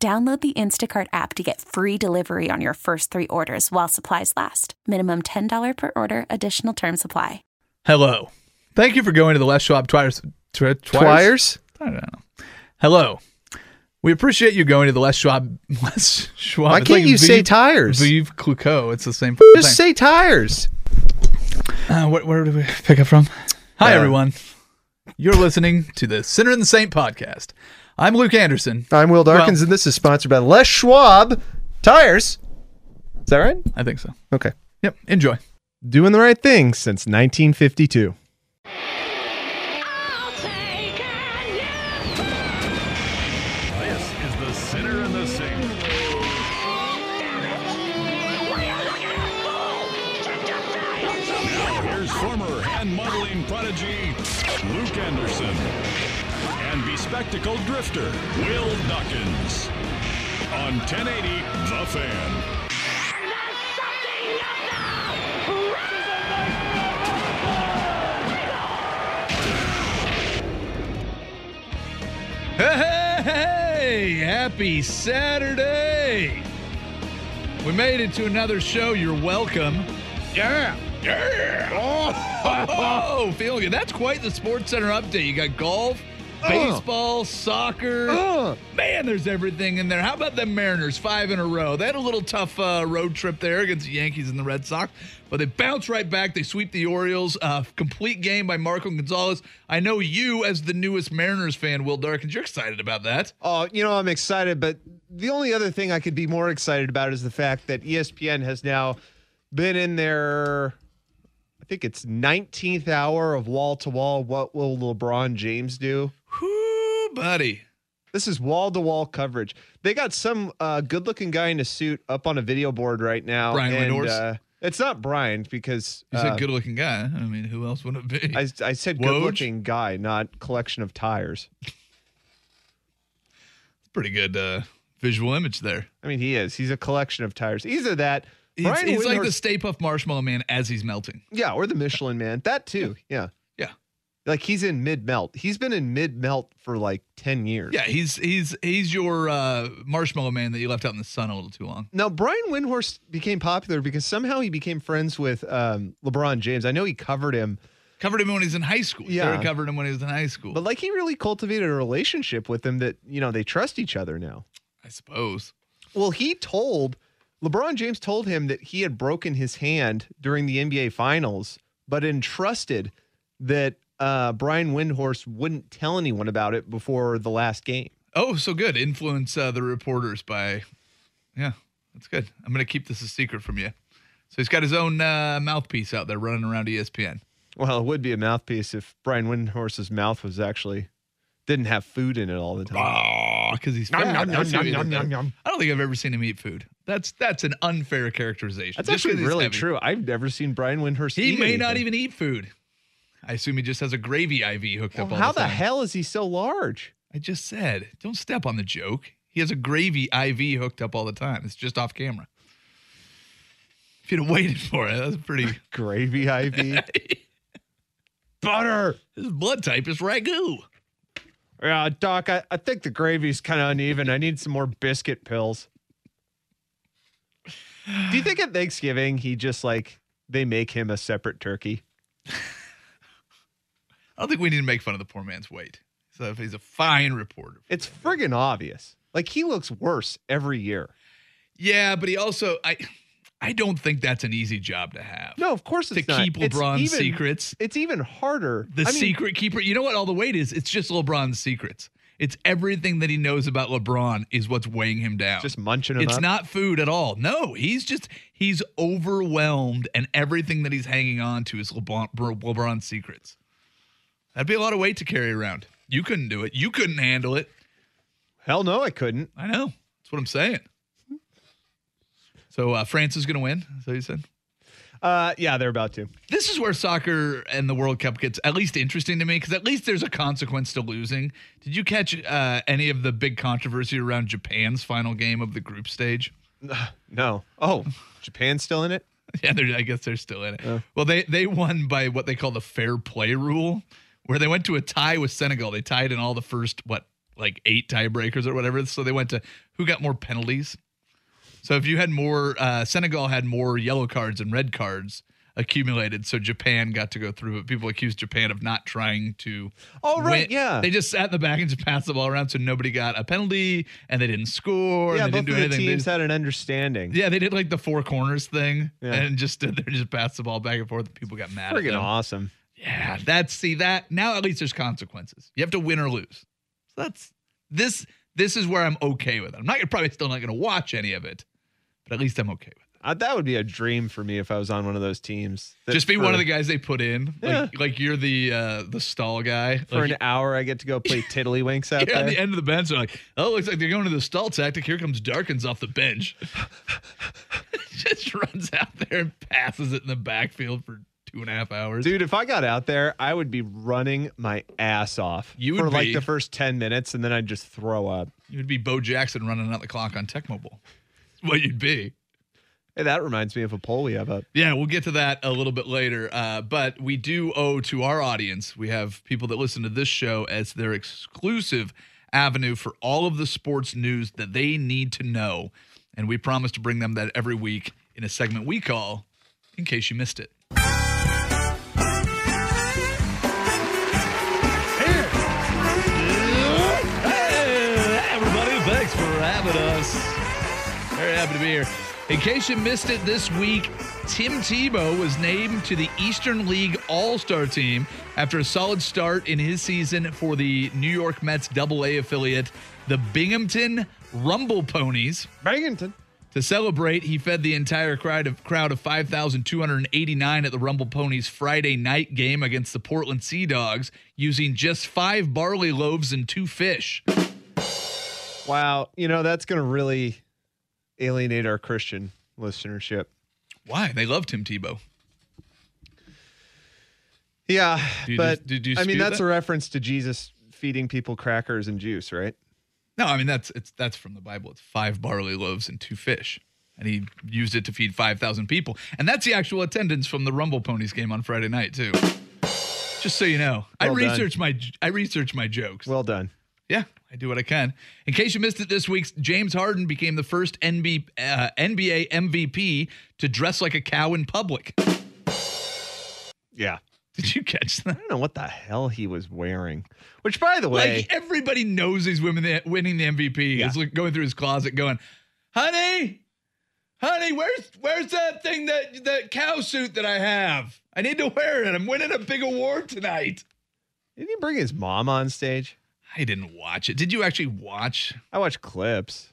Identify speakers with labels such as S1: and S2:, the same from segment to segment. S1: Download the Instacart app to get free delivery on your first three orders while supplies last. Minimum $10 per order, additional term supply.
S2: Hello. Thank you for going to the Les Schwab Twires. Twi- Twires?
S3: Twires?
S2: I don't know. Hello. We appreciate you going to the Les Schwab. Les Schwab.
S3: Why
S2: It's
S3: can't
S2: like
S3: you say
S2: Vive-
S3: tires?
S2: Vive Clicquot. It's the same f-
S3: Just
S2: thing.
S3: say tires.
S2: uh, what, where did we pick up from? Hi,
S3: Uh,
S2: everyone. You're listening to the Sinner and the Saint podcast. I'm Luke Anderson.
S3: I'm Will Darkins,
S2: Well-
S3: and this is sponsored by Les Schwab Tires. Is that right?
S2: I think so.
S3: Okay.
S2: Yep. Enjoy.
S3: Doing the right thing since 1952.
S4: I'll take a nap.
S5: This is the sinner and the saint. Now here's former hand modeling prodigy Luke Anderson and bespectacled drifter Will Dawkins on 1080 The Fan.
S2: Hey, happy Saturday. We made it to another show. You're welcome. Yeah. Yeah. Oh, feeling good. That's quite the Sports Center update. You got golf, baseball, soccer.
S3: Uh.
S2: Man, there's everything in there. How about the Mariners? Five in a row. They had a little tough uh, road trip there against the Yankees and the Red Sox, but they bounce right back. They sweep the Orioles. Uh, complete game by Marco Gonzalez. I know you, as the newest Mariners fan, Will Darkins, you're excited about that.
S3: Oh, you know, I'm excited, but the only other thing I could be more excited about is the fact that E ESPN has now been in their, I think it's 19th hour of wall to wall. What will LeBron James do?
S2: Whoo, buddy.
S3: This is wall to wall coverage. They got some uh, good looking guy in a suit up on a video board right now.
S2: Brian
S3: and,
S2: Windhorst?
S3: uh, it's not Brian because
S2: You said
S3: uh,
S2: good looking guy. I mean, who else would it be?
S3: I, I said
S2: Woj?
S3: good looking guy, not collection of tires.
S2: Pretty good uh, visual image there.
S3: I mean, he is. He's a collection of tires. Either that,
S2: He's,
S3: Brian
S2: he's like
S3: Windhorst-
S2: the Stay Puff Marshmallow Man as he's melting.
S3: Yeah, or the Michelin Man. That too. Yeah.
S2: Yeah.
S3: Like he's in mid melt. He's been in mid melt for like 10 years.
S2: Yeah, he's he's he's your uh, Marshmallow Man that you left out in the sun a little too long.
S3: Now, Brian Windhorst became popular because somehow he became friends with um, LeBron James. I know he covered him,
S2: Covered him when he was in high school.
S3: Yeah.
S2: Sarah covered him when he was in high school.
S3: but like he really cultivated a relationship with him that, you know, they trust each other now.
S2: I suppose.
S3: Well, he told LeBron James told him that he had broken his hand during the NBA Finals, but entrusted that uh, Brian Windhorst wouldn't tell anyone about it before the last game.
S2: Oh, so good. Influence uh, the reporters by, yeah, that's good. I'm gonna keep this a secret from you. So he's got his own uh, mouthpiece out there running around E ESPN.
S3: Well, it would be a mouthpiece if Brian Windhorse's mouth was actually didn't have food in it all the time. Ah,
S2: Oh, because he's fat. That's who he is. I don't think I've ever seen him eat food. That's that's an unfair characterization.
S3: That's
S2: Just 'cause
S3: actually
S2: he's
S3: really
S2: heavy.
S3: true. I've never seen Brian Windhorst.
S2: He
S3: eat
S2: may not
S3: anything.
S2: even eat food. I assume he just has a gravy IV hooked up.
S3: Well,
S2: All
S3: how
S2: the,
S3: the
S2: time.
S3: hell is he so large?
S2: I just said, don't step on the joke. He has a gravy IV hooked up all the time. It's just off camera. If you'd have waited for it, that's pretty.
S3: Gravy IV. Butter.
S2: His blood type is ragu.
S3: Yeah, Doc, I, I think the gravy's kind of uneven. I need some more biscuit pills. Do you think at Thanksgiving he just like they make him a separate turkey?
S2: I don't think we need to make fun of the poor man's weight. So if he's a fine reporter.
S3: It's friggin' obvious. Like he looks worse every year.
S2: Yeah, but he also I I don't think that's an easy job to have.
S3: No, of course
S2: to
S3: it's not.
S2: keep
S3: It's
S2: LeBron's
S3: even-
S2: secrets.
S3: It's even harder.
S2: The
S3: I mean,
S2: secret keeper. You know what all the weight is? It's just LeBron's secrets. It's everything that he knows about LeBron is what's weighing him down.
S3: just munching him
S2: it's
S3: up.
S2: not food at all. No, he's just he's overwhelmed and everything that he's hanging on to is LeBron LeBron's secrets. That'd be a lot of weight to carry around. You couldn't do it. You couldn't handle it.
S3: Hell no, I couldn't.
S2: I know. That's what I'm saying. So uh, France is going to win. So you said.
S3: Uh, yeah, they're about to.
S2: This is where soccer and the World Cup gets at least interesting to me because at least there's a consequence to losing. Did you catch uh, any of the big controversy around Japan's final game of the group stage?
S3: No. Oh, Japan's still in it.
S2: Yeah, they're, I guess they're still in it. Well, they they won by what they call the fair play rule, where they went to a tie with Senegal. They tied in all the first what like eight tiebreakers or whatever. So they went to who got more penalties. So if you had more, uh, Senegal had more yellow cards and red cards accumulated. So Japan got to go through. But people accused Japan of not trying to.
S3: Oh, right, yeah.
S2: They just sat in the back and just passed the ball around, so nobody got a penalty, and they didn't score.
S3: yeah,
S2: and they didn't
S3: both
S2: do
S3: of the
S2: anything. They
S3: teams
S2: just-
S3: had an understanding.
S2: yeah, they did like the four corners thing
S3: Yeah.
S2: and just stood there, and just passed the ball back and forth. And people got mad. at
S3: Freaking
S2: them.
S3: awesome.
S2: Yeah, that's see that now at least there's consequences. You have to win or lose. So that's this. This is where I'm okay with it. I'm not gonna probably still not gonna watch any of it, but at least I'm okay with it.
S3: Uh, that would be a dream for me if I was on one of those teams. That
S2: Just be
S3: for-
S2: one of the guys they put in.
S3: Yeah.
S2: Like like you're the uh the stall guy.
S3: For
S2: Like,
S3: an hour, I get to go play tiddlywinks out
S2: you're
S3: there.
S2: on the end of the bench, they're like, oh, looks like they're going to the stall tactic. Here comes Darkins off the bench. Just runs out there and passes it in the backfield for two and a half hours.
S3: Dude, if I got out there, I would be running my ass off
S2: You
S3: for
S2: would
S3: like
S2: be.
S3: the first 10 minutes and then I'd just throw up.
S2: You'd be Bo Jackson running out the clock on Tech Mobile. What you'd be.
S3: Hey, that reminds me of a poll we have up.
S2: Yeah, we'll get to that a little bit later. Uh, but we do owe to our audience, we have people that listen to this show as their exclusive avenue for all of the sports news that they need to know. And we promise to bring them that every week in a segment we call In Case You Missed It. Hey, everybody, thanks for having us. Very happy to be here. In case you missed it this week, Tim Tebow was named to the Eastern League All Star team after a solid start in his season for the New York Mets Double A affiliate, the Binghamton Rumble Ponies.
S3: Bangington.
S2: To celebrate, he fed the entire crowd of crowd of 5,289 at the Rumble Ponies Friday night game against the Portland Sea Dogs using just five barley loaves and two fish.
S3: Wow. You know, that's going to really alienate our Christian listenership.
S2: Why? They love Tim Tebow.
S3: Yeah.
S2: Do you
S3: but
S2: dis- did you
S3: I mean,
S2: dispute
S3: that's
S2: that?
S3: a reference to Jesus feeding people crackers and juice, right?
S2: No, I mean that's it's that's from the Bible. It's five barley loaves and two fish. And he used it to feed 5,000 people. And that's the actual attendance from the Rumble Ponies game on Friday night, too. Just so you know, I
S3: Well done.
S2: research my j- I research my jokes.
S3: Well done.
S2: Yeah, I do what I can. In case you missed it this week, James Harden became the first NB, uh, NBA MVP to dress like a cow in public.
S3: Yeah. I
S2: Did you catch that?
S3: don't know what the hell he was wearing, which, by the way,
S2: Like everybody knows he's winning the, winning the MVP. He's like going through his closet, going, "Honey, honey, where's where's that thing that that cow suit that I have? I need to wear it. I'm winning a big award tonight."
S3: did he bring his mom on stage?
S2: I didn't watch it. Did you actually watch?
S3: I watched clips.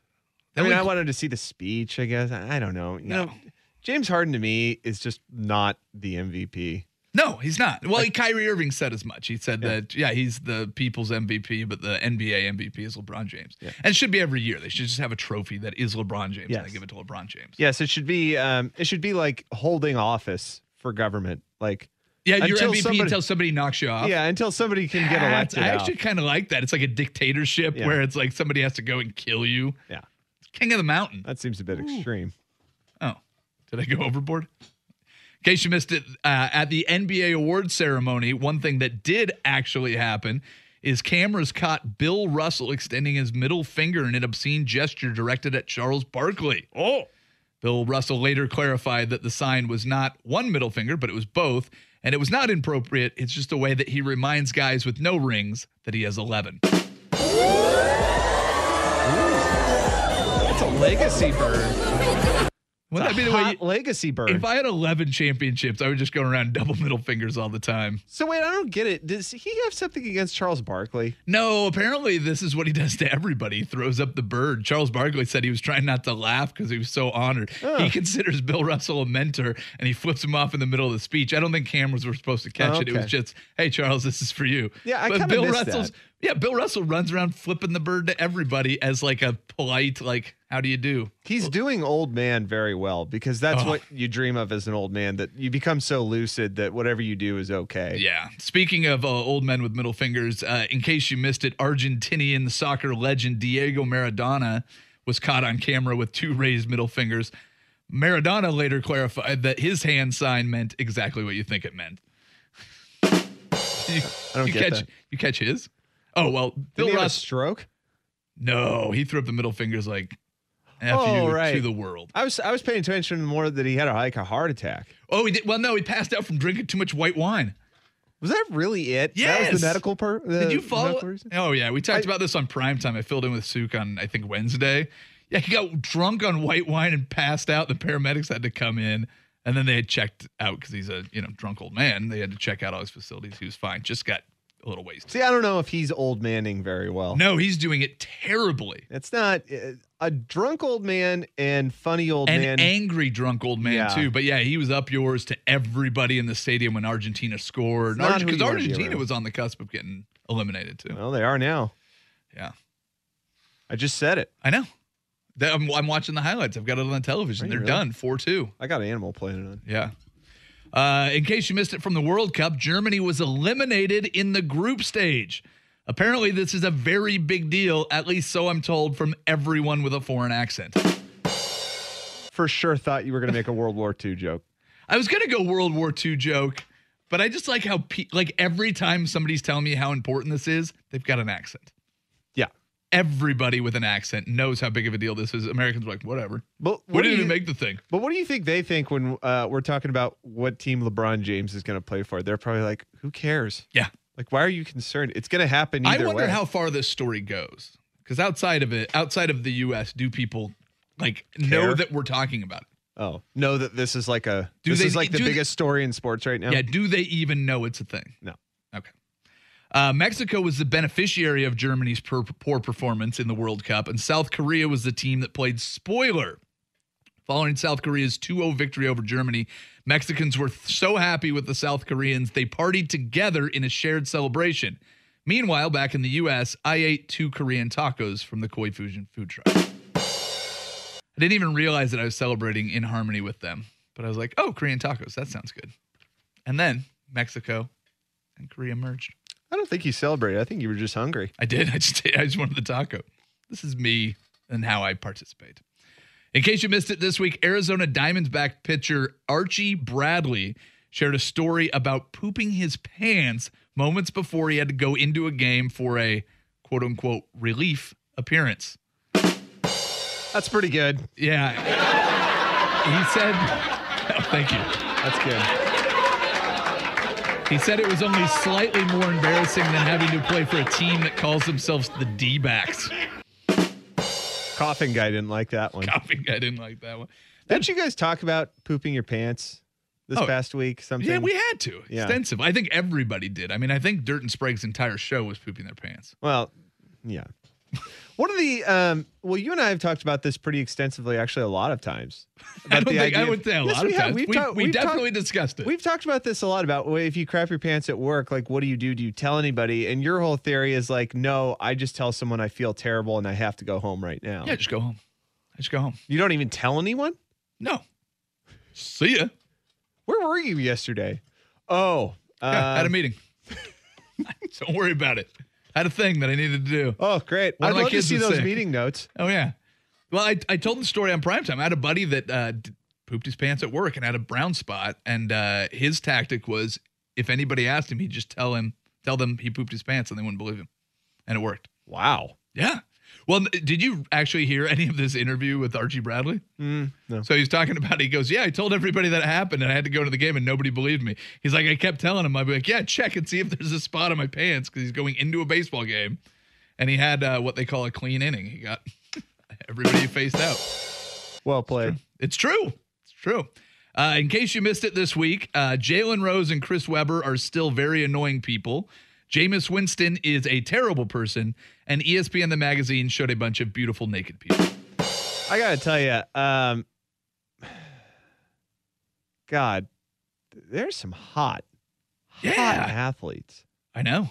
S2: That
S3: I mean,
S2: would-
S3: I wanted to see the speech, I guess. I I don't know. You
S2: No.
S3: know, James Harden to me is just not the MVP.
S2: No, he's not. Well, Kyrie Irving said as much. He said that yeah, he's the people's MVP, but the NBA MVP is LeBron James, and it should be every year. They should just have a trophy that is LeBron James, and
S3: Yes.
S2: they give it to LeBron James.
S3: Yes, it should be um it should be like holding office for government. Like
S2: Yeah, your
S3: Until
S2: MVP
S3: somebody-
S2: until somebody knocks you off.
S3: yeah, until somebody can get
S2: That's-
S3: elected.
S2: I
S3: out.
S2: actually kind of like that. It's like a dictatorship
S3: Yeah.
S2: where it's like somebody has to go and kill you.
S3: Yeah.
S2: King of the mountain.
S3: That seems a bit extreme.
S2: Oh, did I go overboard? In case you missed it, uh, at the NBA award ceremony, one thing that did actually happen is cameras caught Bill Russell extending his middle finger in an obscene gesture directed at Charles Barkley. Oh. Bill Russell later clarified that the sign was not one middle finger, but it was both, and it was not inappropriate. It's just a way that he reminds guys with no rings that he has 11.
S3: That's a legacy bird.
S2: Wouldn't that be the way
S3: Hot
S2: you-
S3: legacy bird.
S2: If I had 11 championships, I would just go around double middle fingers all the time.
S3: so wait, I don't get it. Does he have something against Charles Barkley?
S2: No, apparently this is what he does to everybody. He throws up the bird. Charles Barkley said he was trying not to laugh because he was so honored. He considers Bill Russell a mentor and he flips him off in the middle of the speech. I don't think cameras were supposed to catch it. It was
S3: Okay.
S2: just, hey Charles, this is for you.
S3: Yeah, I
S2: but
S3: kinda
S2: Bill
S3: missed
S2: Russell's
S3: that.
S2: Yeah, Bill Russell runs around flipping the bird to everybody as like a polite, like, how do you do?
S3: He's doing old man very well because that's
S2: Oh.
S3: what you dream of as an old man that you become so lucid that whatever you do is okay.
S2: Yeah. Speaking of uh, old men with middle fingers, uh, in case you missed it, Argentinian soccer legend Diego Maradona was caught on camera with two raised middle fingers. Maradona later clarified that his hand sign meant exactly what you think it meant. you,
S3: I don't
S2: you
S3: get
S2: catch
S3: that.
S2: you catch his? Oh well,
S3: Didn't
S2: Bill
S3: he have a
S2: Russ.
S3: stroke?
S2: No, he threw up the middle fingers like F
S3: Oh,
S2: you to
S3: right.
S2: the world.
S3: I was I was paying attention more that he had a, like a heart attack.
S2: Oh, he did. Well, no, he passed out from drinking too much white wine.
S3: Was that really it? That was
S2: Yes!
S3: the medical per. Uh, The
S2: Did you follow?
S3: medical reason?
S2: Oh yeah, we talked
S3: I-
S2: about this on prime time. I filled in with Suk on I think Wednesday. Yeah, he got drunk on white wine and passed out. The paramedics had to come in, and then they had checked out because he's a you know drunk old man. They had to check out all his facilities. He was fine. Just got a little wasted.
S3: See, I don't know if he's old manning very well.
S2: No, he's doing it terribly.
S3: It's not uh, a drunk old man and funny old
S2: An
S3: man.
S2: angry drunk old man
S3: Yeah.
S2: too. But yeah, he was up yours to everybody in the stadium when Argentina scored.
S3: It's not who
S2: Because
S3: you wanna be
S2: Argentina
S3: around.
S2: was on the cusp of getting eliminated too.
S3: well, they are now.
S2: Yeah.
S3: I just said it.
S2: I know. That- I'm, I'm watching the highlights. I've got it on the television.
S3: Are you
S2: They're
S3: really?
S2: done. 4 2.
S3: I got Animal Planet on.
S2: Yeah. Uh, in case you missed it from the World Cup, Germany was eliminated in the group stage. Apparently, this is a very big deal, at least so I'm told from everyone with a foreign accent.
S3: For sure, thought you were going to make a World War II joke.
S2: I was going to go World War II joke, but I just like how, pe- like, every time somebody's telling me how important this is, they've got an accent.
S3: Yeah.
S2: Everybody with an accent knows how big of a deal this is. Americans are like, whatever.
S3: But
S2: We
S3: what do
S2: didn't even
S3: you-
S2: make the thing.
S3: But what do you think they think when uh, we're talking about what team LeBron James is going to play for? They're probably like, "Who cares?
S2: Yeah.
S3: Like, why are you concerned? It's going to happen
S2: I
S3: either
S2: wonder
S3: way."
S2: how far this story goes. Because outside of it, outside of the U.S., do people like know
S3: Care?
S2: that we're talking about it?
S3: oh, know that this is like a
S2: Do
S3: this
S2: they-
S3: is like the
S2: do they-
S3: biggest story in sports right now.
S2: Yeah, do they even know it's a thing?
S3: No.
S2: Okay. Uh, Mexico was the beneficiary of Germany's per- poor performance in the World Cup, and South Korea was the team that played spoiler. Following South Korea's 2 0 victory over Germany, Mexicans were th- so happy with the South Koreans, they partied together in a shared celebration. Meanwhile, back in the U.S., I ate two Korean tacos from the Koi Fusion food truck. I didn't even realize that I was celebrating in harmony with them, but I was like, oh, Korean tacos, that sounds good. And then Mexico and Korea merged.
S3: I don't think you celebrated. I think you were just hungry.
S2: I did. I just I just wanted the taco. This is me and how I participate. In case you missed it this week, Arizona Diamondback pitcher Archie Bradley shared a story about pooping his pants moments before he had to go into a game for a quote unquote relief appearance.
S3: That's pretty good.
S2: Yeah. he said Oh, thank you.
S3: That's good.
S2: He said it was only slightly more embarrassing than having to play for a team that calls themselves the D backs.
S3: Coughing guy didn't like that one.
S2: I think I didn't like that one.
S3: Didn't you guys talk about pooping your pants this
S2: Oh.
S3: past week? Something.
S2: Yeah, we had to.
S3: Yeah.
S2: Extensive. I think everybody did. I mean, I think Dirt and Sprague's entire show was pooping their pants.
S3: Well, yeah. One of the um, well, you and I have talked about this pretty extensively, actually, a lot of times.
S2: I
S3: About
S2: don't
S3: the
S2: think I
S3: idea
S2: would
S3: of-
S2: say a
S3: Yes,
S2: lot of
S3: we have.
S2: times.
S3: We've
S2: we
S3: talked-
S2: we
S3: we've talked-
S2: definitely discussed it.
S3: We've talked about this a lot about well, if you crap your pants at work, like what do you do? Do you tell anybody? And your whole theory is like, no, I just tell someone I feel terrible and I have to go home right now.
S2: yeah, just go home. I just go home.
S3: You don't even tell anyone?
S2: No. See ya.
S3: Where were you yesterday? Oh,
S2: Yeah,
S3: uh,
S2: had a meeting. don't worry about it. Had a thing that I needed to do.
S3: oh, great.
S2: One of
S3: I'd
S2: my
S3: love to
S2: kids
S3: see
S2: was
S3: those
S2: sick.
S3: meeting notes.
S2: Oh, yeah. Well, I, I told the story on primetime. I had a buddy that uh, d- pooped his pants at work and had a brown spot. And uh, his tactic was if anybody asked him, he'd just tell him, tell them he pooped his pants and they wouldn't believe him. And it worked.
S3: Wow.
S2: Yeah. Well, n- did you actually hear any of this interview with Archie Bradley?
S3: Mm, no.
S2: So he's talking about, he goes, Yeah, I told everybody that it happened and I had to go to the game and nobody believed me. He's like, I kept telling him, I'd be like, Yeah, check and see if there's a spot on my pants because he's going into a baseball game. And he had uh, what they call a clean inning. He got everybody faced out.
S3: Well played.
S2: It's true. It's true. Uh, in case you missed it this week, uh, Jalen Rose and Chris Webber are still very annoying people. Jameis Winston is a terrible person, and E ESPN the magazine showed a bunch of beautiful naked people.
S3: I gotta tell you, um, God, there's some hot, hot
S2: Yeah.
S3: athletes.
S2: I know.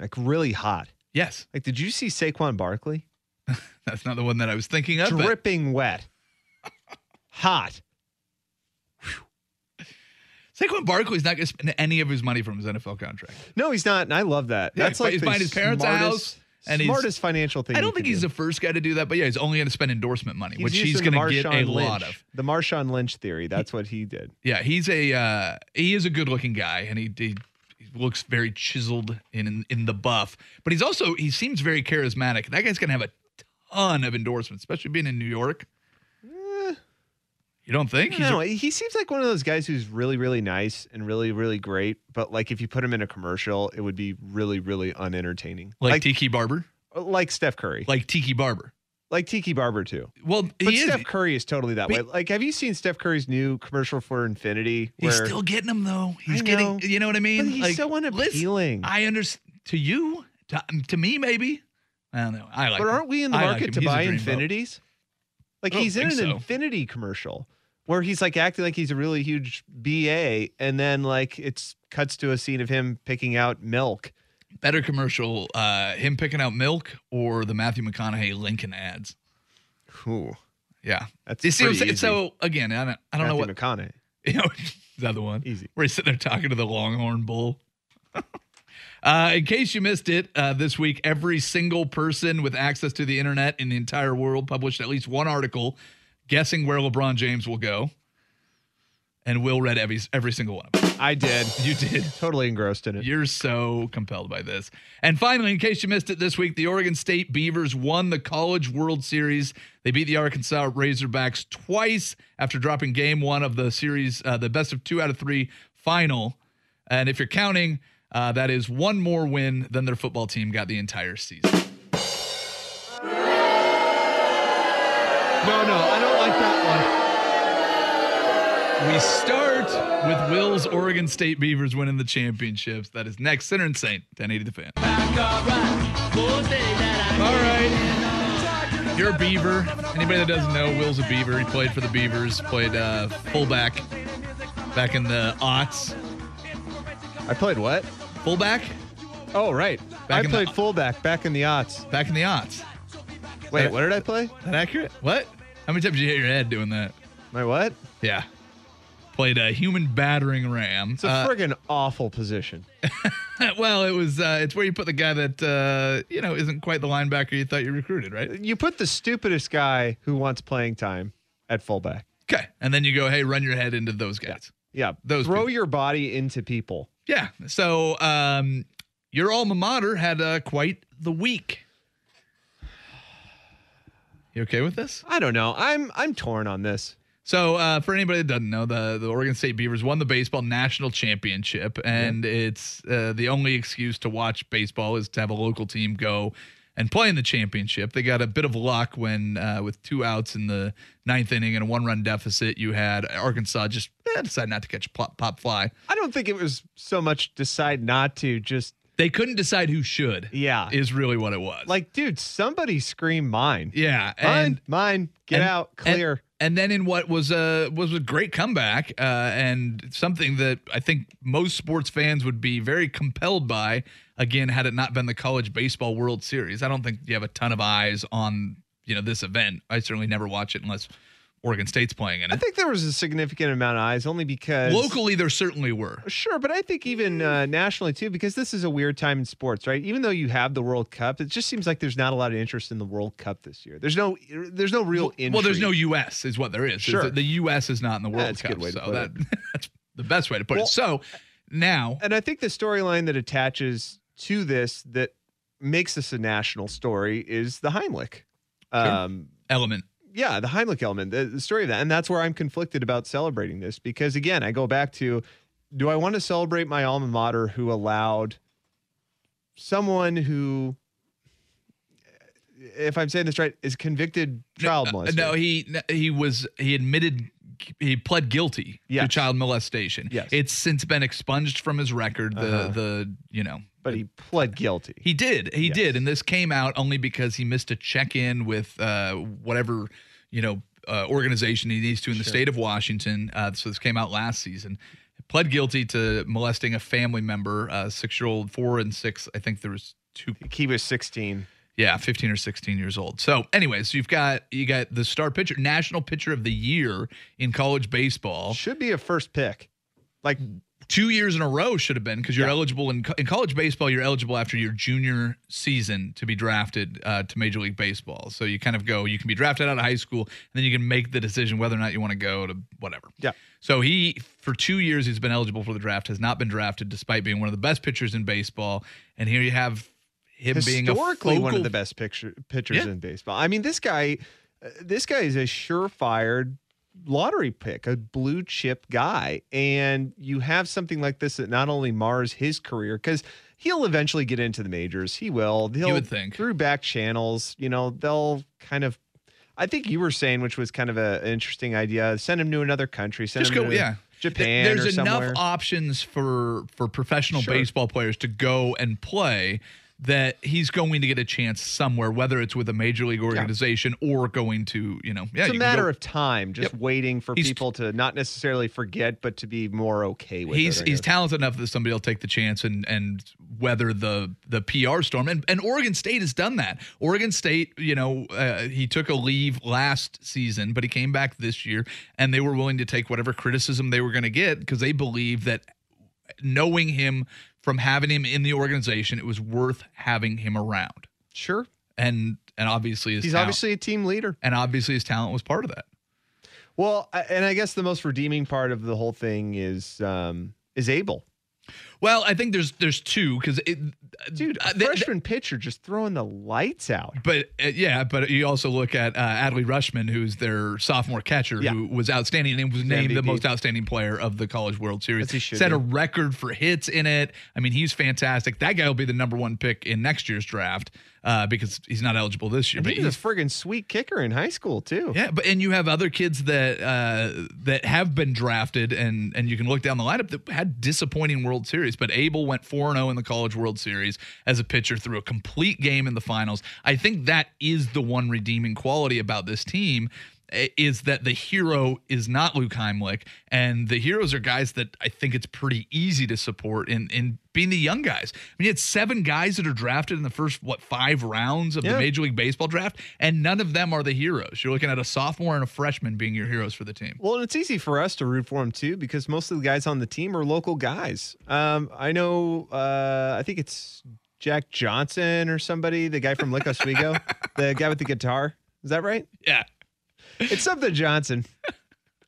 S3: Like really hot.
S2: Yes,
S3: Like, did you see Saquon Barkley?
S2: that's not the one that I was thinking of. but-
S3: Dripping wet. hot.
S2: Saquon Barkley's not going to spend any of his money from his NFL contract.
S3: No, he's not, and I love that.
S2: Yeah, he's
S3: That's
S2: bu-
S3: like
S2: he's
S3: the
S2: buying his parents'
S3: smartest-
S2: house, and he's-
S3: smartest financial thing.
S2: I
S3: you
S2: don't
S3: could
S2: think he's
S3: do.
S2: the first guy to do that, but yeah, he's only going to spend endorsement money, which
S3: used
S2: he's
S3: in
S2: going to
S3: the
S2: get a
S3: Marshawn
S2: lot
S3: Lynch-
S2: of.
S3: The Marshawn Lynch theory. That's what he did.
S2: Yeah, he's a uh, he is a good-looking guy, and he, he he looks very chiseled in in the buff. But he's also he seems very charismatic. That guy's going to have a ton of endorsements, especially being in New York.
S3: Eh.
S2: You don't think? He's
S3: No,
S2: a-
S3: he seems like one of those guys who's really, really nice and really, really great. But like, if you put him in a commercial, it would be really, really unentertaining.
S2: like, Tiki Barber,
S3: like Steph Curry, like,
S2: like Tiki Barber.
S3: Tiki Barber too.
S2: Well,
S3: But
S2: he is.
S3: Steph Curry is totally that
S2: But-
S3: way. Like, have you seen Steph Curry's new commercial for Infinity?
S2: He's
S3: where-
S2: still getting them though. He's
S3: I
S2: getting,
S3: know.
S2: you know what I mean?
S3: But he's so unappealing.
S2: I understand. To you, to, to me, maybe. I don't know. I like.
S3: but
S2: him.
S3: aren't we in the
S2: I like
S3: market
S2: him.
S3: to
S2: He's a
S3: buy
S2: dreamboat.
S3: infinities? Like
S2: I don't
S3: he's in an
S2: think so.
S3: infinity commercial where he's like acting like he's a really huge BA, and then like it's cuts to a scene of him picking out milk.
S2: Better commercial, uh, him picking out milk or the Matthew McConaughey Lincoln ads.
S3: Ooh,
S2: Yeah,
S3: That's
S2: You see what I'm
S3: pretty
S2: saying? So again, I don't, I don't know
S3: Matthew E-
S2: what.
S3: McConaughey.
S2: You know, is that the one?
S3: Easy.
S2: Where he's sitting there talking to the Longhorn Bull. uh, in case you missed it, uh, this week, every single person with access to the internet in the entire world published at least one article guessing where LeBron James will go. And Will read every, every single one of them.
S3: I did.
S2: You did.
S3: Totally engrossed in it.
S2: You're so compelled by this. And finally, in case you missed it this week, the Oregon State Beavers won the College World Series. They beat the Arkansas Razorbacks twice after dropping game one of the series, uh, the best of two out of three final. And if you're counting, uh, that is one more win than their football team got the entire season.
S3: No, no, I don't like that
S2: We start with Will's Oregon State Beavers winning the championships. That is next. Center and Saint, 1080 the fan. All right. You're a Beaver. Anybody that doesn't know, Will's a Beaver. He played for the Beavers, played uh, fullback back in the aughts.
S3: one. I played what?
S2: Fullback?
S3: Oh, right. I
S2: in the-
S3: played fullback back in the aughts.
S2: Back in the aughts. Is
S3: Wait,
S2: that-
S3: what did I play?
S2: that accurate? What? How many times did you hit your head doing that?
S3: My what?
S2: Yeah. Played a human battering ram.
S3: It's a
S2: Uh,
S3: friggin' awful position.
S2: well, it was. Uh, it's where you put the guy that uh, you know isn't quite the linebacker you thought you recruited, right?
S3: You put the stupidest guy who wants playing time at fullback.
S2: Okay, and then you go, hey, run your head into those guys.
S3: Yeah,
S2: Those
S3: throw
S2: people.
S3: your body into people.
S2: Yeah. So um, your alma mater had uh, quite the week. You okay with this?
S3: I don't know. I'm I'm torn on this.
S2: So uh, for anybody that doesn't know, the the Oregon State Beavers won the baseball national championship, and it's uh, the only excuse to watch baseball is to have a local team go and play in the championship. They got a bit of luck when uh, with two outs in the ninth inning and a one run deficit, you had Arkansas just eh, decide not to catch a pop, pop fly.
S3: I don't think it was so much decide not to just
S2: They couldn't decide who should.
S3: Yeah.
S2: is really what it was.
S3: like, dude, somebody scream mine.
S2: yeah,
S3: mine, mine, get
S2: and-
S3: out,
S2: and-
S3: clear.
S2: And, then in what was a was a great comeback uh, and something that I think most sports fans would be very compelled by. Again, had it not been the college baseball World Series, I don't think you have a ton of eyes on you know this event. I certainly never watch it unless Oregon State's playing in
S3: I
S2: it.
S3: think there was a significant amount of eyes only because
S2: Locally, there certainly were.
S3: Sure, but I think even uh, nationally too, because this is a weird time in sports, right? Even though you have the World Cup, it just seems like there's not a lot of interest in the World Cup this year. There's no, there's no real. Intrigue.
S2: Well, there's no U.S. is what there is.
S3: Sure.
S2: The, the U.S. is not in the World
S3: That's a
S2: Cup,
S3: good way to
S2: so
S3: put
S2: that, that's the best way to put
S3: Well-
S2: it. So now,
S3: and I think the storyline that attaches to this that makes this a national story is the Heimlich. Um,
S2: element
S3: yeah, the Heimlich element, the, the story of that. And that's where I'm conflicted about celebrating this because, again, I go back to do I want to celebrate my alma mater who allowed someone who, if I'm saying this right, is convicted child
S2: No,
S3: molester?
S2: No, he no, he was he admitted he pled guilty to
S3: Yes.
S2: child molestation.
S3: Yes.
S2: It's since been expunged from his record. The
S3: Uh-huh.
S2: the you know
S3: but he pled guilty.
S2: he did he
S3: Yes.
S2: did, and this came out only because he missed a check in with uh, whatever you know uh, organization he needs to in the state of Washington. Uh, so this came out last season. pled guilty to molesting a family member, uh, six year old, four and six. I think there was two
S3: He was 16.
S2: yeah, 15 or 16 years old. So, anyways, you've got you got the star pitcher, national pitcher of the year in college baseball.
S3: Should be a first pick. Like
S2: Two years in a row should have been because you're eligible in co- in college baseball. You're eligible after your junior season to be drafted uh, to Major League Baseball. So you kind of go. You can be drafted out of high school, and then you can make the decision whether or not you want to go to whatever.
S3: Yeah.
S2: So he, for two years, he's been eligible for the draft. Has not been drafted despite being one of the best pitchers in baseball. And here you have him being a
S3: historically one of
S2: focal
S3: the best picture, pitchers
S2: Yeah.
S3: in baseball. I mean, this guy, uh, this guy is a surefire lottery pick, a blue chip guy, and you have something like this that not only mars his career because he'll eventually get into the majors. He will. He'll,
S2: would think.
S3: through back channels. You know, they'll kind of. I think you were saying, which was kind of a, an interesting idea. Send him to another country. Send
S2: Just
S3: him
S2: go-
S3: to
S2: yeah.
S3: Japan.
S2: There's
S3: or
S2: enough
S3: somewhere.
S2: options for for professional
S3: Sure.
S2: baseball players to go and play that he's going to get a chance somewhere, whether it's with a major league organization or going to you know yeah
S3: it's a
S2: you can
S3: matter
S2: go-
S3: of time, just waiting for
S2: He's-
S3: people to not necessarily forget, but to be more okay with
S2: He's
S3: it. I
S2: he's
S3: guess.
S2: talented enough that somebody will take the chance and and weather the the PR storm. And and Oregon State has done that. Oregon State, you know, uh, he took a leave last season, but he came back this year, and they were willing to take whatever criticism they were going to get because they believe that knowing him from having him in the organization, it was worth having him around.
S3: sure.
S2: And and obviously his
S3: He's
S2: talent,
S3: obviously a team leader.
S2: and obviously his talent was part of that.
S3: Well, I- and I guess the most redeeming part of the whole thing is um is Abel,
S2: Well, I think there's there's two because
S3: dude, a
S2: uh, th- th-
S3: freshman pitcher just throwing the lights out.
S2: But uh, yeah, but you also look at uh, Adley Rushman, who's their sophommore catcher,
S3: Yeah.
S2: who was outstanding and was named the
S3: MVP.
S2: most outstanding player of the College World Series.
S3: As he should
S2: Set
S3: be.
S2: a record for hits in it. I mean, he's fantastic. That guy will be the number one pick in next year's draft uh, because he's not eligible this year.
S3: And
S2: But
S3: he was a
S2: he's,
S3: friggin' sweet kicker in high school too.
S2: yeah, but and you have other kids that uh, that have been drafted, and and you can look down the lineup that had disappointing World Series. But Abel went four zero in the College World Series as a pitcher through a complete game in the finals. I think that is the one redeeming quality about this team i- is that the hero is not Luke Heimlich, and the heroes are guys that I think it's pretty easy to support in in being the young guys. I mean, it's seven guys that are drafted in the first what five rounds of the
S3: Yeah.
S2: major. Major League Baseball draft, and none of them are the heroes. You're looking at a sophomore and a freshman being your heroes for the team.
S3: Well, and it's easy for us to root for him too because most of the guys on the team are local guys. Um, I know, uh, I think it's Jack Johnson or somebody, the guy from Lick Oswego, the guy with the guitar. Is that right?
S2: Yeah.
S3: It's something Johnson.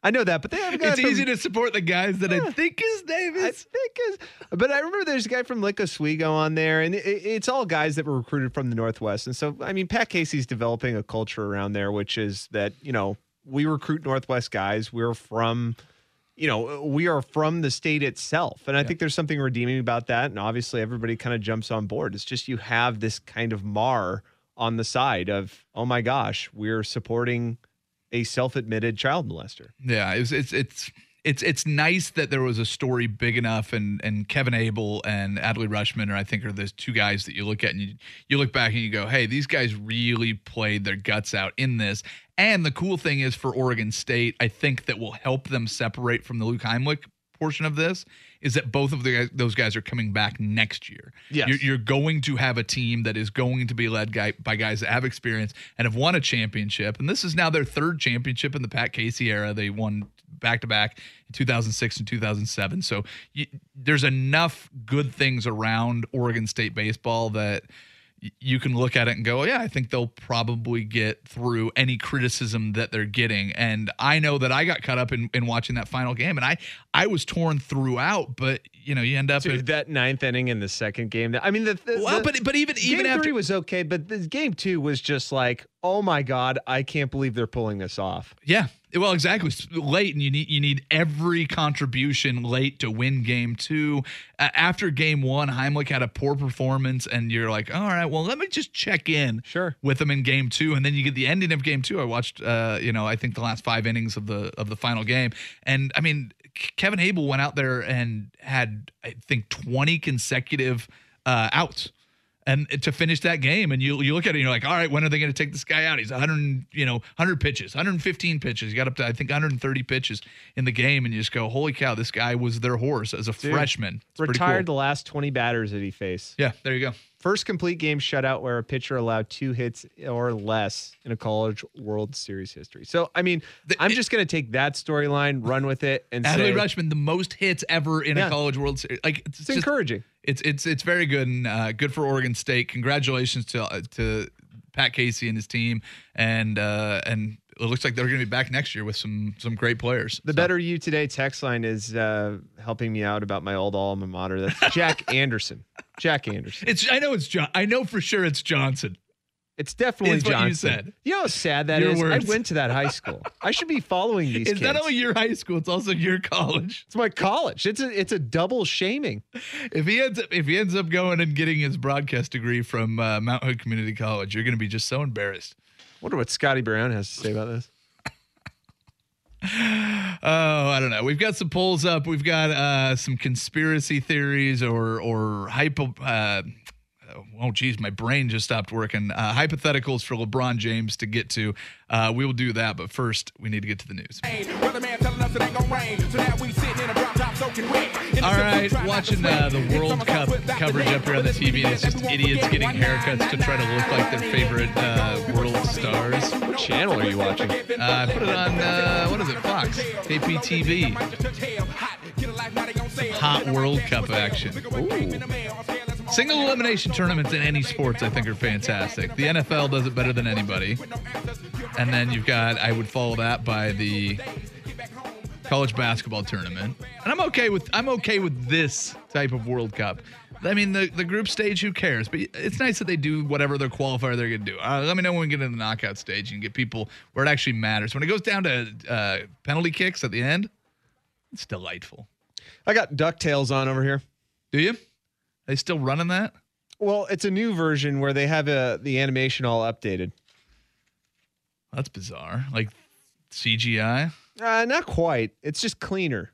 S3: I know that, but they have a guy
S2: It's
S3: from-
S2: easy to support the guys that I think his name
S3: I
S2: is.
S3: think is, but I remember there's a guy from Lick Oswego on there, and it, it's all guys that were recruited from the Northwest. And so, I mean, Pat Casey's developing a culture around there, which is that you know we recruit Northwest guys. We're from, you know, we are from the state itself, and I think there's something redeeming about that. And obviously, everybody kind of jumps on board. It's just you have this kind of mar on the side of, oh my gosh, we're supporting a self-admitted child molester.
S2: Yeah, it's it's it's it's it's nice that there was a story big enough, and and Kevin Abel and Adley Rushman, are I think, are those two guys that you look at and you you look back and you go, hey, these guys really played their guts out in this. And the cool thing is for Oregon State, I think that will help them separate from the Luke Heimlich portion of this is that both of the guys, those guys are coming back next year.
S3: Yes.
S2: You're, you're going to have a team that is going to be led guy, by guys that have experience and have won a championship. And this is now their third championship in the Pat Casey era. They won back to back in 2006 and 2007. So you, there's enough good things around Oregon State baseball that y- you can look at it and go, "Oh, yeah, I think they'll probably get through any criticism that they're getting. And I know that I got caught up in, in watching that final game and I, I was torn throughout, but you know, you end up
S3: Dude,
S2: in,
S3: that ninth inning in the second game. I mean, the, the
S2: well,
S3: the-
S2: but, but even,
S3: game
S2: even after
S3: three was okay, but this game two was just like, oh my god, I can't believe they're pulling this off.
S2: Yeah. Well, exactly. It's late, and you need you need every contribution late to win game two. Uh, after game one, Heimlich had a poor performance, and you're like, all right, well, let me just check in
S3: Sure.
S2: with him in game two, and then you get the ending of game two. I watched, uh, you know, I think the last five innings of the of the final game, and I mean, K- Kevin Habel went out there and had I think 20 consecutive uh, outs. and to finish that game. And you you look at it, and you're like, all right, when are they going to take this guy out? He's 100, you know, 100 pitches, 115 pitches. He got up to I think 130 pitches in the game, and you just go, holy cow, this guy was their horse as a freshman. It's pretty
S3: Retired
S2: cool.
S3: the last 20 batters that he faced.
S2: Yeah, there you go.
S3: First complete game shutout where a pitcher allowed two hits or less in a college World Series history. So, I mean,
S2: The-
S3: I'm
S2: it-
S3: just going to take that storyline, run with it, and say
S2: Adley Rushman, the most hits ever in
S3: Yeah.
S2: a college World Series. Like it's,
S3: it's
S2: just-
S3: encouraging.
S2: It's it's it's very good and uh, good for Oregon State. Congratulations to uh, to Pat Casey and his team, and uh, and it looks like they're going to be back next year with some some great players.
S3: The Better You Today text line is uh, helping me out about my old alma mater. That's Jack Anderson. Jack Anderson.
S2: It's I know it's John. I know for sure it's Johnson.
S3: It's definitely
S2: Is what you
S3: Johnson.
S2: said.
S3: You know how sad that is.
S2: Your words.
S3: I went to that high school. I should be following these
S2: It's
S3: kids.
S2: not only your high school; it's also your college.
S3: it's my college. It's a it's a double shaming.
S2: If he ends up if he ends up going and getting his broadcast degree from uh, Mount Hood Community College, you're going to be just so embarrassed.
S3: Wonder what Scotty Brown has to say about this.
S2: Oh, I don't know. We've got some polls up. We've got uh, some conspiracy theories or or hypo. Uh, oh, geez, my brain just stopped working. Uh, hypotheticals for LeBron James to get to. Uh, we will do that, but first we need to get to the news.
S6: Brother man telling us it ain't gonna rain. So now we sitting in a drop top soaking wet.
S2: All right, watching uh, the World Cup coverage up here on the TV, and it's just idiots getting haircuts to try to look like their favorite uh, world stars.
S3: What channel are you watching?
S2: Uh, I put it on, uh, what is it, Fox, KPTV. Hot World Cup action. Single elimination tournaments in any sports, I think, are fantastic. The NFL does it better than anybody. And then you've got, I would follow that by the college basketball tournament. And I'm okay with I'm okay with this type of World Cup. I mean, the, the group stage, who cares? But it's nice that they do whatever their qualifier they're going to do. Uh, let me know when we get into the knockout stage and get people where it actually matters. When it goes down to uh, penalty kicks at the end, it's delightful.
S3: I got Ducktales on over here.
S2: Do you? Are they still running that?
S3: Well, it's a new version where they have uh the animation all updated.
S2: That's bizarre. Like CGI.
S3: Uh, not quite. It's just cleaner.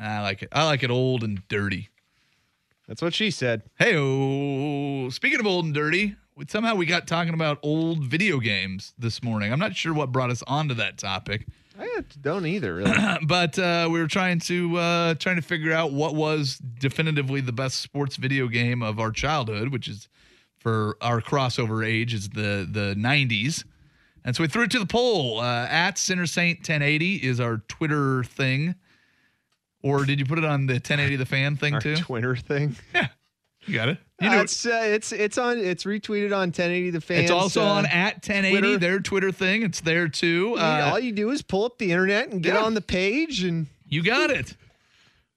S2: I like it. I like it old and dirty.
S3: That's what she said.
S2: Hey, speaking of old and dirty, we- somehow we got talking about old video games this morning. I'm not sure what brought us onto that topic,
S3: I don't either. Really.
S2: but uh, we were trying to uh, trying to figure out what was definitively the best sports video game of our childhood, which is for our crossover age is the the 90s. And so we threw it to the poll. Uh, at Center Saint 1080 is our Twitter thing. Or did you put it on the 1080 the fan thing
S3: Our
S2: too?
S3: Twitter thing.
S2: you got it. You
S3: You
S2: knew it.
S3: it's uh, it's it's on. It's retweeted on 1080 the fans.
S2: It's also
S3: uh,
S2: on at 1080,
S3: Twitter.
S2: their Twitter thing. It's there too.
S3: Yeah,
S2: Uh,
S3: all you do is pull up the internet and get
S2: yeah.
S3: on the page and
S2: you got it.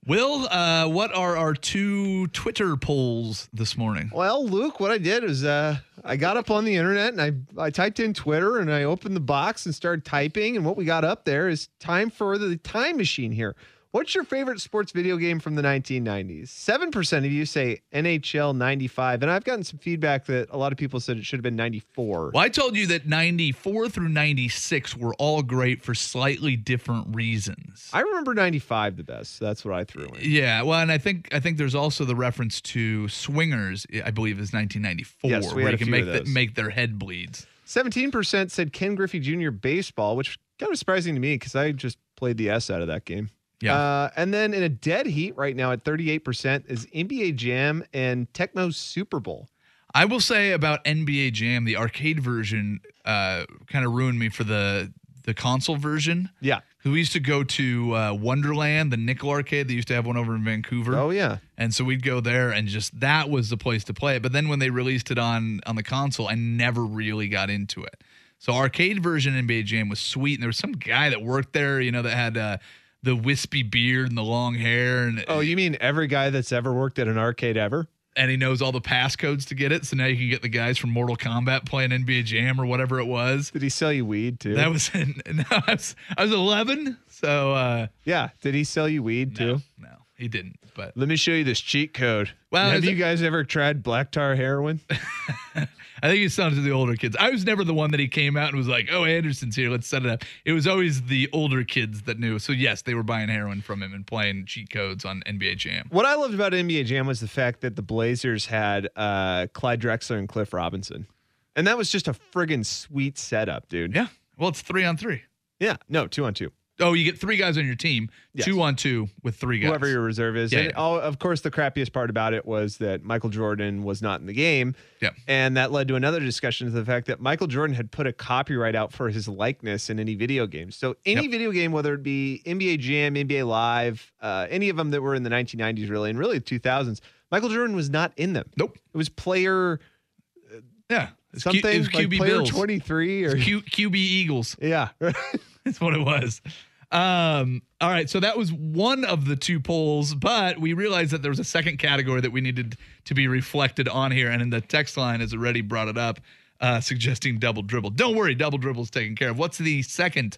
S2: Will, uh, what are our two Twitter polls this morning?
S3: well luke what i did was uh, i got up on the internet and I, I typed in twitter and i opened the box and started typing and what we got up there is time for the time machine here what's your favorite sports video game from the 1990s 7% of you say nhl 95 and i've gotten some feedback that a lot of people said it should have been 94
S2: Well, I told you that 94 through 96 were all great for slightly different reasons.
S3: i remember 95 the best so that's what i threw in
S2: Yeah, well, and I think I think there's also the reference to Swingers. I believe is 1994,
S3: Yes, we
S2: where
S3: had
S2: you
S3: a
S2: can
S3: few
S2: make
S3: of
S2: the,
S3: those.
S2: make their head bleeds.
S3: 17% said ken griffey jr baseball which kind of surprising to me because i just played the s out of that game
S2: Yeah,
S3: Uh, and then in a dead heat right now at 38% is NBA Jam and Tecmo Super Bowl.
S2: I will say about NBA Jam, the arcade version uh, kind of ruined me for the the console version.
S3: Yeah.
S2: 'Cause We used to go to uh, Wonderland, the Nickel Arcade. They used to have one over in Vancouver,
S3: Oh, yeah.
S2: and so we'd go there, and just that was the place to play it. But then when they released it on on the console, I never really got into it. So arcade version NBA Jam was sweet, and there was some guy that worked there, you know, that had uh, the wispy beard and the long hair, and
S3: Oh, you mean every guy that's ever worked at an arcade ever?
S2: and he knows all the passcodes to get it. So now you can get the guys from Mortal Kombat playing NBA Jam or whatever it was.
S3: Did he sell you weed too?
S2: That was in, no, I was I was 11, so uh,
S3: yeah. Did he sell you weed
S2: no,
S3: too?
S2: no, he didn't. But
S3: Let me show you this cheat code.
S2: Well,
S3: have
S2: is
S3: you
S2: it-
S3: guys ever tried black tar heroin?
S2: I think it sounded to the older kids. I was never the one that he came out and was like, "Oh, Anderson's here, let's set it up." It was always the older kids that knew. So yes, they were buying heroin from him and playing cheat codes on NBA Jam.
S3: What I loved about NBA Jam was the fact that the Blazers had uh, Clyde Drexler and Cliff Robinson. And that was just a friggin' sweet setup, dude.
S2: Yeah. Well, it's three on three.
S3: Yeah. No, two on two.
S2: Oh, you get three guys on your team,
S3: Yes.
S2: two on two with three guys.
S3: Whoever your reserve is.
S2: Yeah,
S3: and
S2: yeah.
S3: all- of course, the crappiest part about it was that Michael Jordan was not in the game.
S2: Yeah.
S3: And that led to another discussion to the fact that Michael Jordan had put a copyright out for his likeness in any video game. So any
S2: Yep.
S3: video game, whether it be NBA Jam, NBA Live, uh, any of them that were in the 1990s, really, and really 2000s, Michael Jordan was not in them.
S2: Nope.
S3: It was player
S2: Yeah. It's Q-
S3: something
S2: it was
S3: like
S2: QB
S3: player
S2: Bills.
S3: 23 or
S2: Q- QB Eagles.
S3: yeah.
S2: That's what it was. Um, all right, so that was one of the two polls, but we realized that there was a second category that we needed to be reflected on here, and in the text line has already brought it up, uh, suggesting double dribble. Don't worry, double dribble's taken care of. What's the second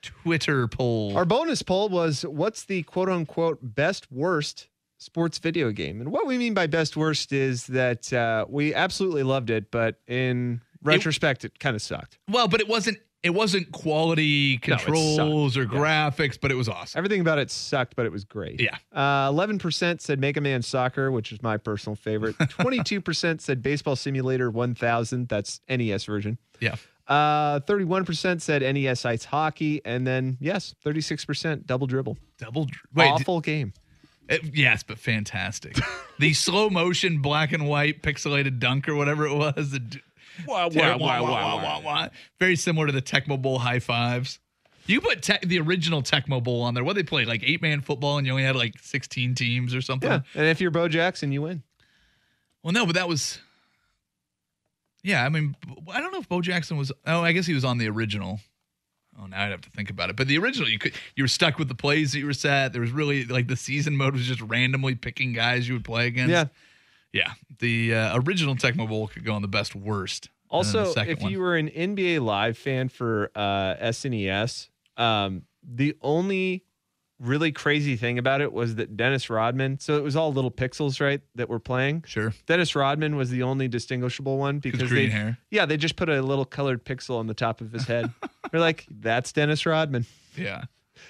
S2: Twitter poll?
S3: Our bonus poll was what's the quote unquote best worst sports video game? And what we mean by best worst is that uh, we absolutely loved it, but in retrospect, it, kind of sucked.
S2: well, but it wasn't it wasn't quality
S3: sucked.
S2: controls or
S3: Yeah.
S2: graphics, but it was awesome.
S3: Everything about it sucked, but it was great.
S2: Yeah.
S3: Uh, 11% said Mega Man Soccer, which is my personal favorite. 22% said Baseball Simulator 1000. That's NES version.
S2: Yeah.
S3: Uh, 31% said NES Ice Hockey. And then, yes, 36% Double Dribble.
S2: Double dr- wait, d-
S3: Awful game.
S2: It- Uh, yes, but fantastic. the slow motion black and white pixelated dunk or whatever it was. the d- Wah, wah, wah, wah, wah. Very similar to the Tecmo Bowl high fives. You put te- the original Tecmo Bowl on there. What they played like eight man football, and you only had like sixteen teams or something.
S3: Yeah. And if you're Bo Jackson, you win.
S2: Well, no, but that was. Yeah, I mean, I don't know if Bo Jackson was. Oh, I guess he was on the original. Oh, now I'd have to think about it. But the original, you could you were stuck with the plays that you were set. There was really like the season mode was just randomly picking guys you would play against.
S3: Yeah.
S2: yeah. The uh, original Tecmo Bowl could go on the best worst. and then the
S3: Also,
S2: second
S3: if
S2: one.
S3: you were an NBA Live fan for uh, SNES, um, the only really crazy thing about it was that Dennis Rodman. So it was all little pixels, right, that were playing.
S2: sure,
S3: Dennis Rodman was the only distinguishable one because
S2: green
S3: they,
S2: hair.
S3: yeah, they just put a little colored pixel on the top of his head. They're like, that's Dennis Rodman.
S2: yeah.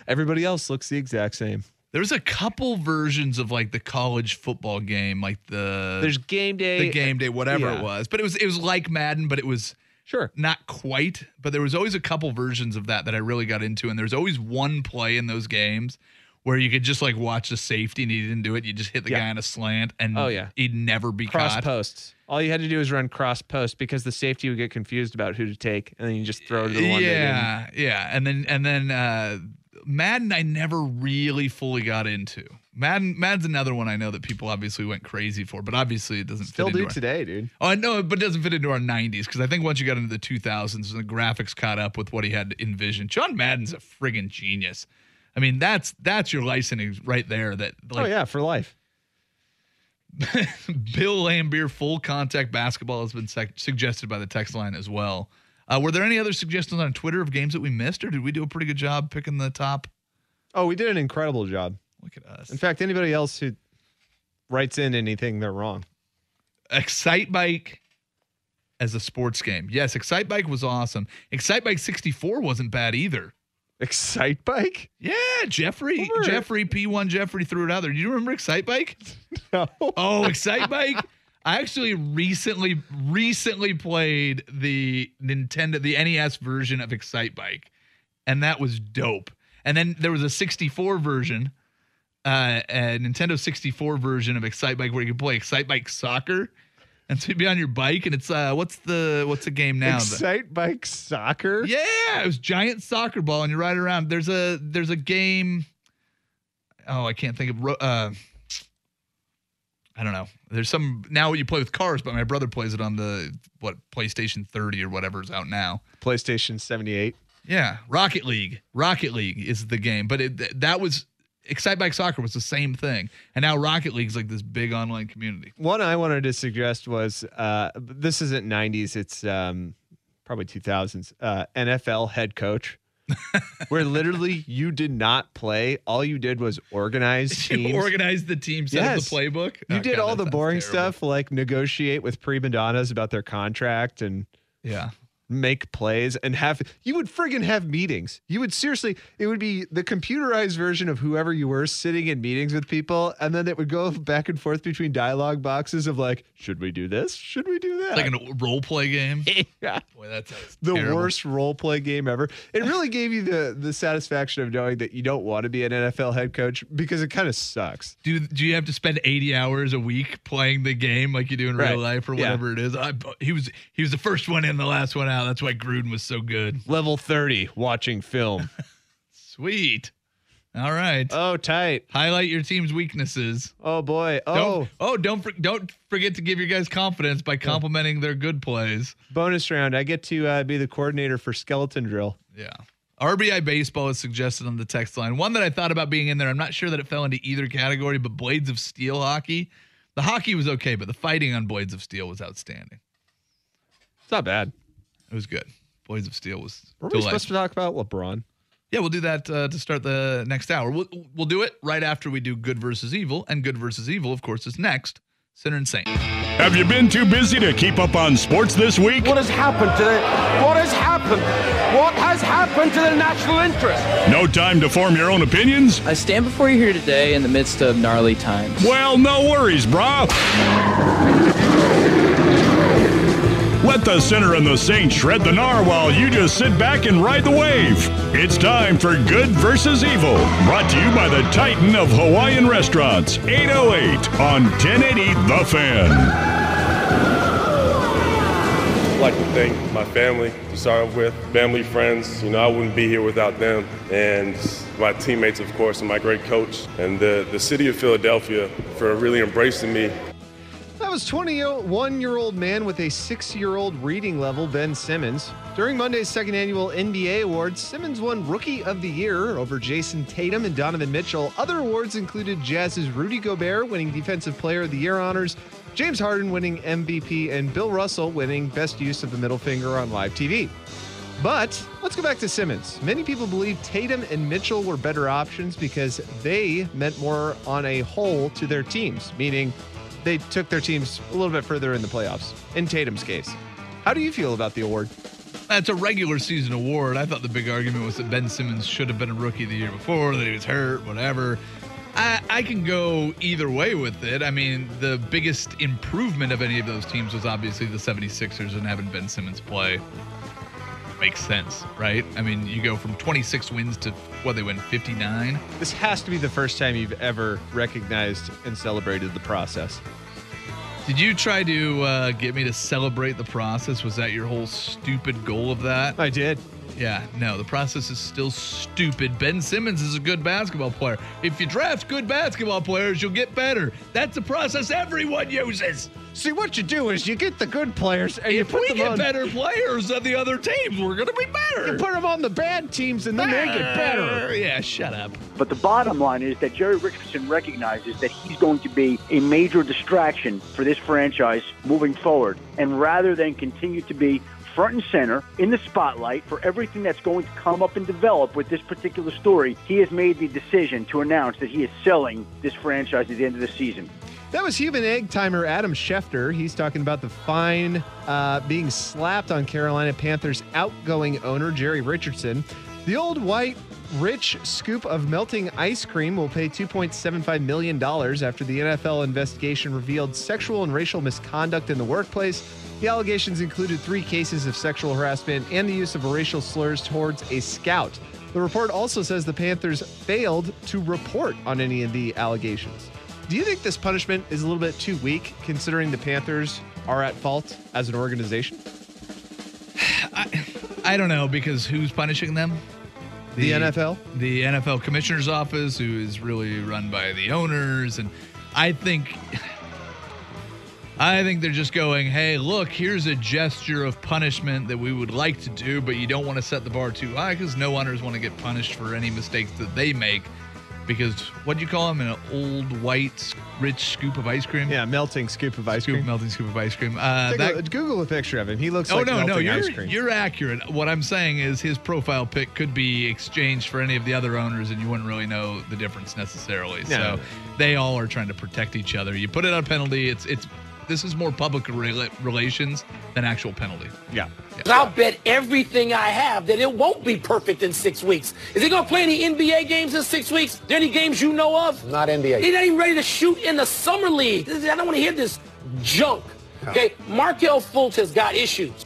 S3: Everybody else looks the exact same.
S2: There's a couple versions of like the college football game, like the
S3: There's game day.
S2: the game day, whatever
S3: yeah.
S2: it was. But it was it was like Madden, but it was
S3: Sure.
S2: not quite. But there was always a couple versions of that that I really got into, and there's always one play in those games where you could just like watch the safety and he didn't do it. You just hit the
S3: Yeah.
S2: guy on a slant, and
S3: Oh, yeah.
S2: he'd never be
S3: Cross
S2: caught.
S3: posts. All you had to do was run cross posts because the safety would get confused about who to take, and then you just throw to the one. they didn't.
S2: yeah, yeah, and then and then uh, Madden I never really fully got into. Madden Madden's another one I know that people obviously went crazy for, but obviously it doesn't
S3: Still
S2: fit into
S3: do
S2: our-
S3: today, dude.
S2: Oh, I know, but it doesn't fit into our 90s because I think once you got into the 2000s, the graphics caught up with what he had envisioned. John Madden's a friggin' genius. I mean, that's that's your licensing right there. That
S3: oh
S2: like
S3: yeah, for life.
S2: Bill Lambier full contact basketball has been sec- suggested by the text line as well. Uh, were there any other suggestions on Twitter of games that we missed, or did we do a pretty good job picking the top?
S3: Oh, we did an incredible job.
S2: Look at us.
S3: In fact, anybody else who writes in anything, they're wrong.
S2: Excite Bike as a sports game. Yes, Excite Bike was awesome. Excite Bike 64 wasn't bad either.
S3: Excite bike?
S2: Yeah, Jeffrey,
S3: Over-
S2: Jeffrey P1 Jeffrey threw it out there. Do you remember Excite Bike?
S3: No.
S2: Oh, Excite Bike. I actually recently recently played the Nintendo the NES version of Excite Bike, and that was dope. And then there was a 64 version, uh, a Nintendo 64 version of Excite Bike where you could play Excite Bike Soccer, and so you'd be on your bike, and it's uh, what's the what's the game now? The-
S3: Excite bike soccer?
S2: yeah, it was giant soccer ball, and you ride around. There's a there's a game. Oh, I can't think of. ro- Uh, I don't know. There's some now you play with cars, but my brother plays it on the what PlayStation 30 or whatever's out now.
S3: PlayStation 78.
S2: Yeah, Rocket League. Rocket League is the game, but it, th- that was Excite Bike Soccer was the same thing, and now Rocket League's like this big online community.
S3: One I wanted to suggest was uh, this isn't 90s, it's um, probably 2000s. Uh, NFL head coach. where literally you did not play. All you did was organize teams.
S2: You organized the team, set up
S3: Yes.
S2: the playbook.
S3: You
S2: Oh,
S3: did
S2: God,
S3: all
S2: that
S3: the
S2: sounds
S3: boring
S2: terrible.
S3: stuff, like negotiate with prima donnas about their contract and
S2: Yeah.
S3: make plays and have you would friggin' have meetings. You would seriously, it would be the computerized version of whoever you were sitting in meetings with people, and then it would go back and forth between dialogue boxes of like, should we do this? Should we do that?
S2: Like a role play game.
S3: Yeah.
S2: Boy, that sounds
S3: the
S2: terrible.
S3: worst role play game ever. It really gave you the the satisfaction of knowing that you don't want to be an NFL head coach because it kind of sucks.
S2: Do do you have to spend 80 hours a week playing the game like you do in
S3: Right.
S2: real life or
S3: Yeah.
S2: whatever it is? I, he was he was the first one in, the last one out. That's why Gruden was so good.
S3: Level 30 watching film.
S2: Sweet. All right.
S3: oh, tight.
S2: Highlight your team's weaknesses.
S3: Oh boy. Oh,
S2: Don't, oh, don't for, don't forget to give your guys confidence by complimenting their good plays.
S3: bonus round. I get to uh, be the coordinator for skeleton drill.
S2: Yeah. RBI baseball is suggested on the text line. One that I thought about being in there. I'm not sure that it fell into either category, but Blades of Steel hockey. The hockey was okay, but the fighting on Blades of Steel was outstanding.
S3: It's not bad.
S2: It was good. Blades of Steel was
S3: Were we
S2: delightful.
S3: supposed to talk about LeBron?
S2: Yeah, we'll do that uh, to start the next hour. We'll, we'll do it right after we do Good versus Evil, and Good versus Evil, of course, is next. Sinner and Saint.
S5: Have you been too busy to keep up on sports this week?
S7: What has happened to the what has happened? What has happened to the national interest?
S5: No time to form your own opinions?
S8: I stand before you here today in the midst of gnarly times.
S5: Well, no worries, brah. Let the sinner and the saint shred the gnar while you just sit back and ride the wave. It's time for Good versus Evil, brought to you by the Titan of Hawaiian Restaurants, 808 on 1080 The Fan.
S9: I'd like to thank my family to start off with, family, friends. You know, I wouldn't be here without them. And my teammates, of course, and my great coach, and the, the city of Philadelphia for really embracing me.
S3: That was 21 year old man with a six year old reading level, Ben Simmons. During Monday's second annual NBA Awards, Simmons won Rookie of the Year over Jason Tatum and Donovan Mitchell. Other awards included Jazz's Rudy Gobert winning Defensive Player of the Year honors, James Harden winning MVP, and Bill Russell winning Best Use of the Middle Finger on live TV. But let's go back to Simmons. Many people believe Tatum and Mitchell were better options because they meant more on a whole to their teams, meaning they took their teams a little bit further in the playoffs, in Tatum's case. How do you feel about the award?
S2: That's a regular season award. I thought the big argument was that Ben Simmons should have been a rookie the year before, that he was hurt, whatever. I, I can go either way with it. I mean, the biggest improvement of any of those teams was obviously the 76ers and having Ben Simmons play. Makes sense, right? I mean, you go from 26 wins to what they win 59.
S3: This has to be the first time you've ever recognized and celebrated the process.
S2: Did you try to uh, get me to celebrate the process? Was that your whole stupid goal of that?
S3: I did.
S2: Yeah, no, the process is still stupid. Ben Simmons is a good basketball player. If you draft good basketball players, you'll get better. That's a process everyone uses.
S3: See, what you do is you get the good players and you
S2: If
S3: put
S2: we
S3: them
S2: get
S3: on.
S2: better players than the other teams, we're going to be
S3: You
S2: better.
S3: put them on the bad teams and then they get better.
S2: Yeah, shut up.
S10: But the bottom line is that Jerry Richardson recognizes that he's going to be a major distraction for this franchise moving forward. And rather than continue to be front and center in the spotlight for everything that's going to come up and develop with this particular story, he has made the decision to announce that he is selling this franchise at the end of the season.
S3: That was human egg timer Adam Schefter. He's talking about the fine uh, being slapped on Carolina Panthers outgoing owner Jerry Richardson. The old white rich scoop of melting ice cream will pay $2.75 million after the NFL investigation revealed sexual and racial misconduct in the workplace. The allegations included three cases of sexual harassment and the use of racial slurs towards a scout. The report also says the Panthers failed to report on any of the allegations. Do you think this punishment is a little bit too weak considering the Panthers are at fault as an organization?
S2: I don't know because who's punishing them?
S3: The NFL?
S2: The NFL commissioner's office, who is really run by the owners, and I think I think they're just going, hey, look, here's a gesture of punishment that we would like to do, but you don't want to set the bar too high because no owners want to get punished for any mistakes that they make because what do you call them? An old white rich scoop of ice cream?
S3: Yeah, melting scoop of ice
S2: scoop,
S3: cream.
S2: melting scoop of ice cream. Uh,
S3: Take
S2: that,
S3: a, Google a picture of him. He looks
S2: oh
S3: like
S2: no, no,
S3: melting
S2: you're
S3: ice cream.
S2: you're accurate. What I'm saying is his profile pic could be exchanged for any of the other owners, and you wouldn't really know the difference necessarily.
S3: No.
S2: So they all are trying to protect each other. You put it on penalty. It's it's this is more public rela- relations than actual penalty.
S3: yeah.
S11: I'll bet everything I have that it won't be perfect in six weeks. Is he going to play any NBA games in six weeks? Any games you know of?
S12: Not NBA.
S11: He's not even ready to shoot in the summer league. This- I don't want to hear this junk. Okay, Markel Fultz has got issues.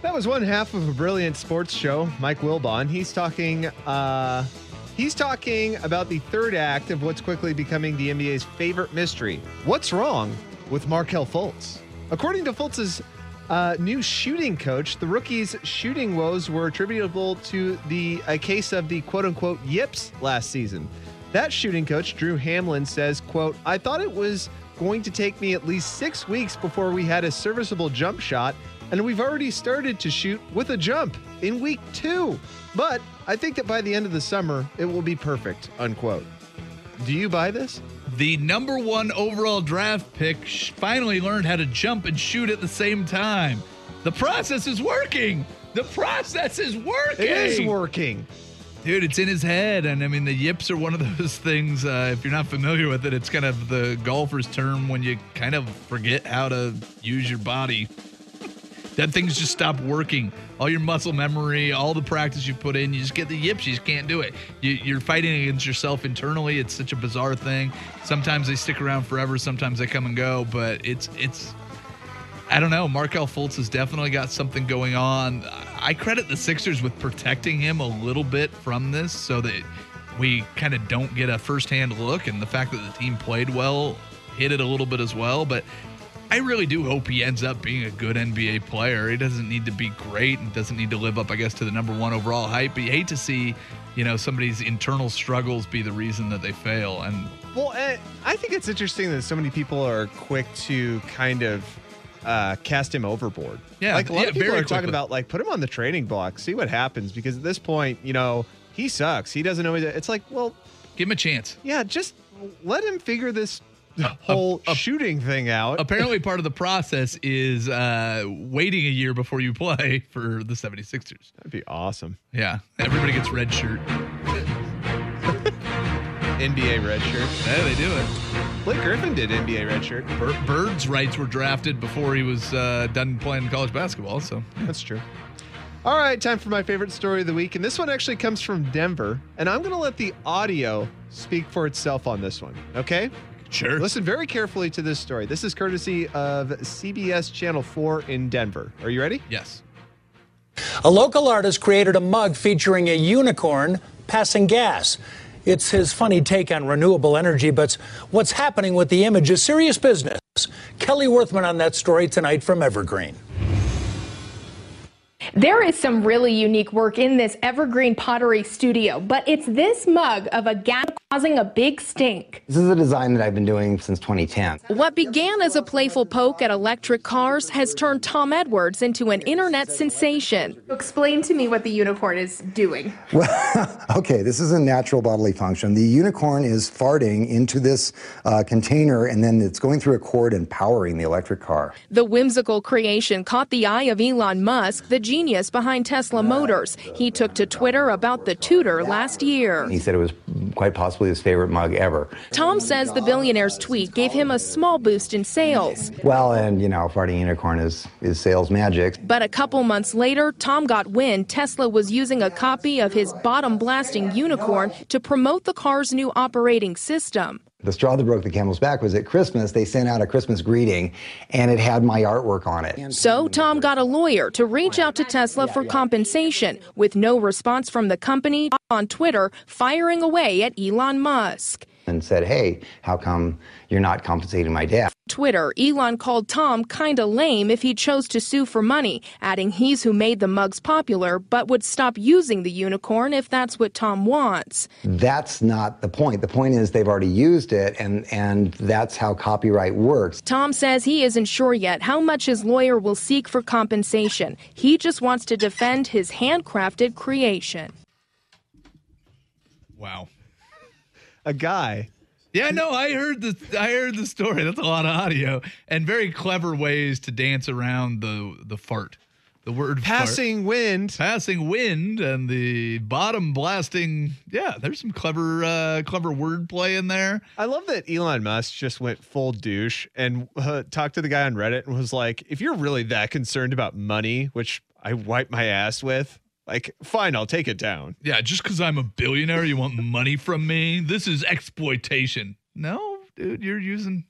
S3: That was one half of a brilliant sports show, Mike Wilbon. He's talking uh he's talking about the third act of what's quickly becoming the NBA's favorite mystery. What's wrong with Markel Fultz? According to Fultz's uh, new shooting coach, the rookie's shooting woes were attributable to the a case of the quote unquote yips last season. That shooting coach, Drew Hamlin, says, quote, I thought it was going to take me at least six weeks before we had a serviceable jump shot, and we've already started to shoot with a jump in week two. But I think that by the end of the summer, it will be perfect, unquote. Do you buy this?
S2: The number one overall draft pick sh- finally learned how to jump and shoot at the same time. The process is working. The process is working.
S3: It is working.
S2: Dude, it's in his head. And I mean, the yips are one of those things. Uh, if you're not familiar with it, it's kind of the golfer's term when you kind of forget how to use your body. that things just stop working. All your muscle memory, all the practice you put in, you just get the yips. You just can't do it. You, you're fighting against yourself internally. It's such a bizarre thing. Sometimes they stick around forever. Sometimes they come and go. But it's it's I don't know. Markel Fultz has definitely got something going on. I credit the Sixers with protecting him a little bit from this so that we kind of don't get a firsthand look. And the fact that the team played well hit it a little bit as well. But I really do hope he ends up being a good NBA player. He doesn't need to be great and doesn't need to live up, I guess, to the number one overall hype. But you hate to see, you know, somebody's internal struggles be the reason that they fail. And
S3: Well, eh, I think it's interesting that so many people are quick to kind of uh, cast him overboard.
S2: Yeah,
S3: like a lot
S2: yeah,
S3: of people
S2: very
S3: are talking
S2: quickly.
S3: about like put him on the training block, see what happens, because at this point, you know, he sucks. He doesn't always. It's like, well,
S2: give him a chance.
S3: Yeah, just let him figure this whole shooting thing out.
S2: apparently part of the process is uh, waiting a year before you play for the 76ers.
S3: That'd be awesome.
S2: Yeah. Everybody gets red shirt.
S3: NBA red shirt.
S2: Yeah, they do it.
S3: Blake Griffin did NBA red shirt.
S2: Bir- Bird's rights were drafted before he was uh, done playing college basketball. So
S3: That's true. All right, time for my favorite story of the week. And this one actually comes from Denver. And I'm going to let the audio speak for itself on this one. Okay?
S2: Sure.
S3: Listen very carefully to this story. This is courtesy of CBS Channel 4 in Denver. Are you ready?
S2: Yes.
S13: A local artist created a mug featuring a unicorn passing gas. It's his funny take on renewable energy, but what's happening with the image is serious business. Kelly Worthman on that story tonight from Evergreen.
S14: There is some really unique work in this evergreen pottery studio, but it's this mug of a gas causing a big stink.
S15: This is a design that I've been doing since 2010.
S14: What began as a playful poke at electric cars has turned Tom Edwards into an internet sensation. Explain to me what the unicorn is doing.
S16: Okay, this is a natural bodily function. The unicorn is farting into this uh, container and then it's going through a cord and powering the electric car.
S14: The whimsical creation caught the eye of Elon Musk, the genius behind Tesla Motors. He took to Twitter about the tutor last year.
S15: He said it was quite possibly his favorite mug ever.
S14: Tom says the billionaire's tweet gave him a small boost in sales.
S15: Well, and you know, farting unicorn is, is sales magic.
S14: But a couple months later, Tom got wind Tesla was using a copy of his bottom blasting unicorn to promote the car's new operating system.
S16: The straw that broke the camel's back was at Christmas. They sent out a Christmas greeting and it had my artwork on it.
S14: So Tom got a lawyer to reach out to Tesla for compensation, with no response from the company on Twitter, firing away at Elon Musk.
S15: And said, hey, how come you're not compensating my dad?
S14: Twitter, Elon called Tom kinda lame if he chose to sue for money, adding he's who made the mugs popular, but would stop using the unicorn if that's what Tom wants.
S16: That's not the point. The point is they've already used it and, and that's how copyright works.
S14: Tom says he isn't sure yet how much his lawyer will seek for compensation. He just wants to defend his handcrafted creation.
S2: Wow.
S3: a guy.
S2: Yeah, no, I heard the I heard the story. That's a lot of audio and very clever ways to dance around the the fart. The word
S3: passing wind,
S2: passing wind, and the bottom blasting. Yeah, there's some clever uh, clever wordplay in there.
S3: I love that Elon Musk just went full douche and uh, talked to the guy on Reddit and was like, if you're really that concerned about money, which I wipe my ass with, like, fine, I'll take it down.
S2: Yeah, just because I'm a billionaire, you want money from me? This is exploitation. No, dude, you're using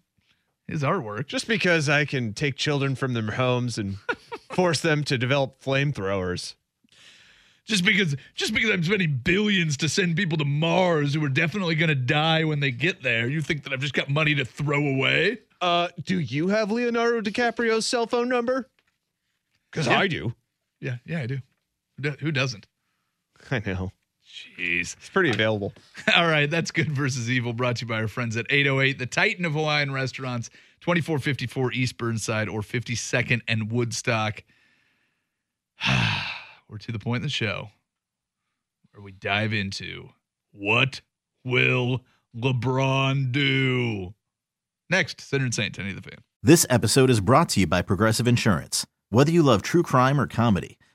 S2: his artwork.
S3: Just because I can take children from their homes and force them to develop flamethrowers.
S2: Just because just because I'm spending billions to send people to Mars who are definitely gonna die when they get there, you think that I've just got money to throw away?
S3: Uh, do you have Leonardo DiCaprio's cell phone number? Because
S2: Yeah.
S3: I do.
S2: Yeah, yeah, I do. Who do- Who doesn't?
S3: I know.
S2: Jeez.
S3: It's pretty available.
S2: All right, that's Good versus Evil, brought to you by our friends at 808, the Titan of Hawaiian Restaurants, 2454 East Burnside or 52nd and Woodstock. We're to the point in the show where we dive into what will LeBron do? Next, Senator and Saint, Tony the Fan.
S12: This episode is brought to you by Progressive Insurance. Whether you love true crime or comedy,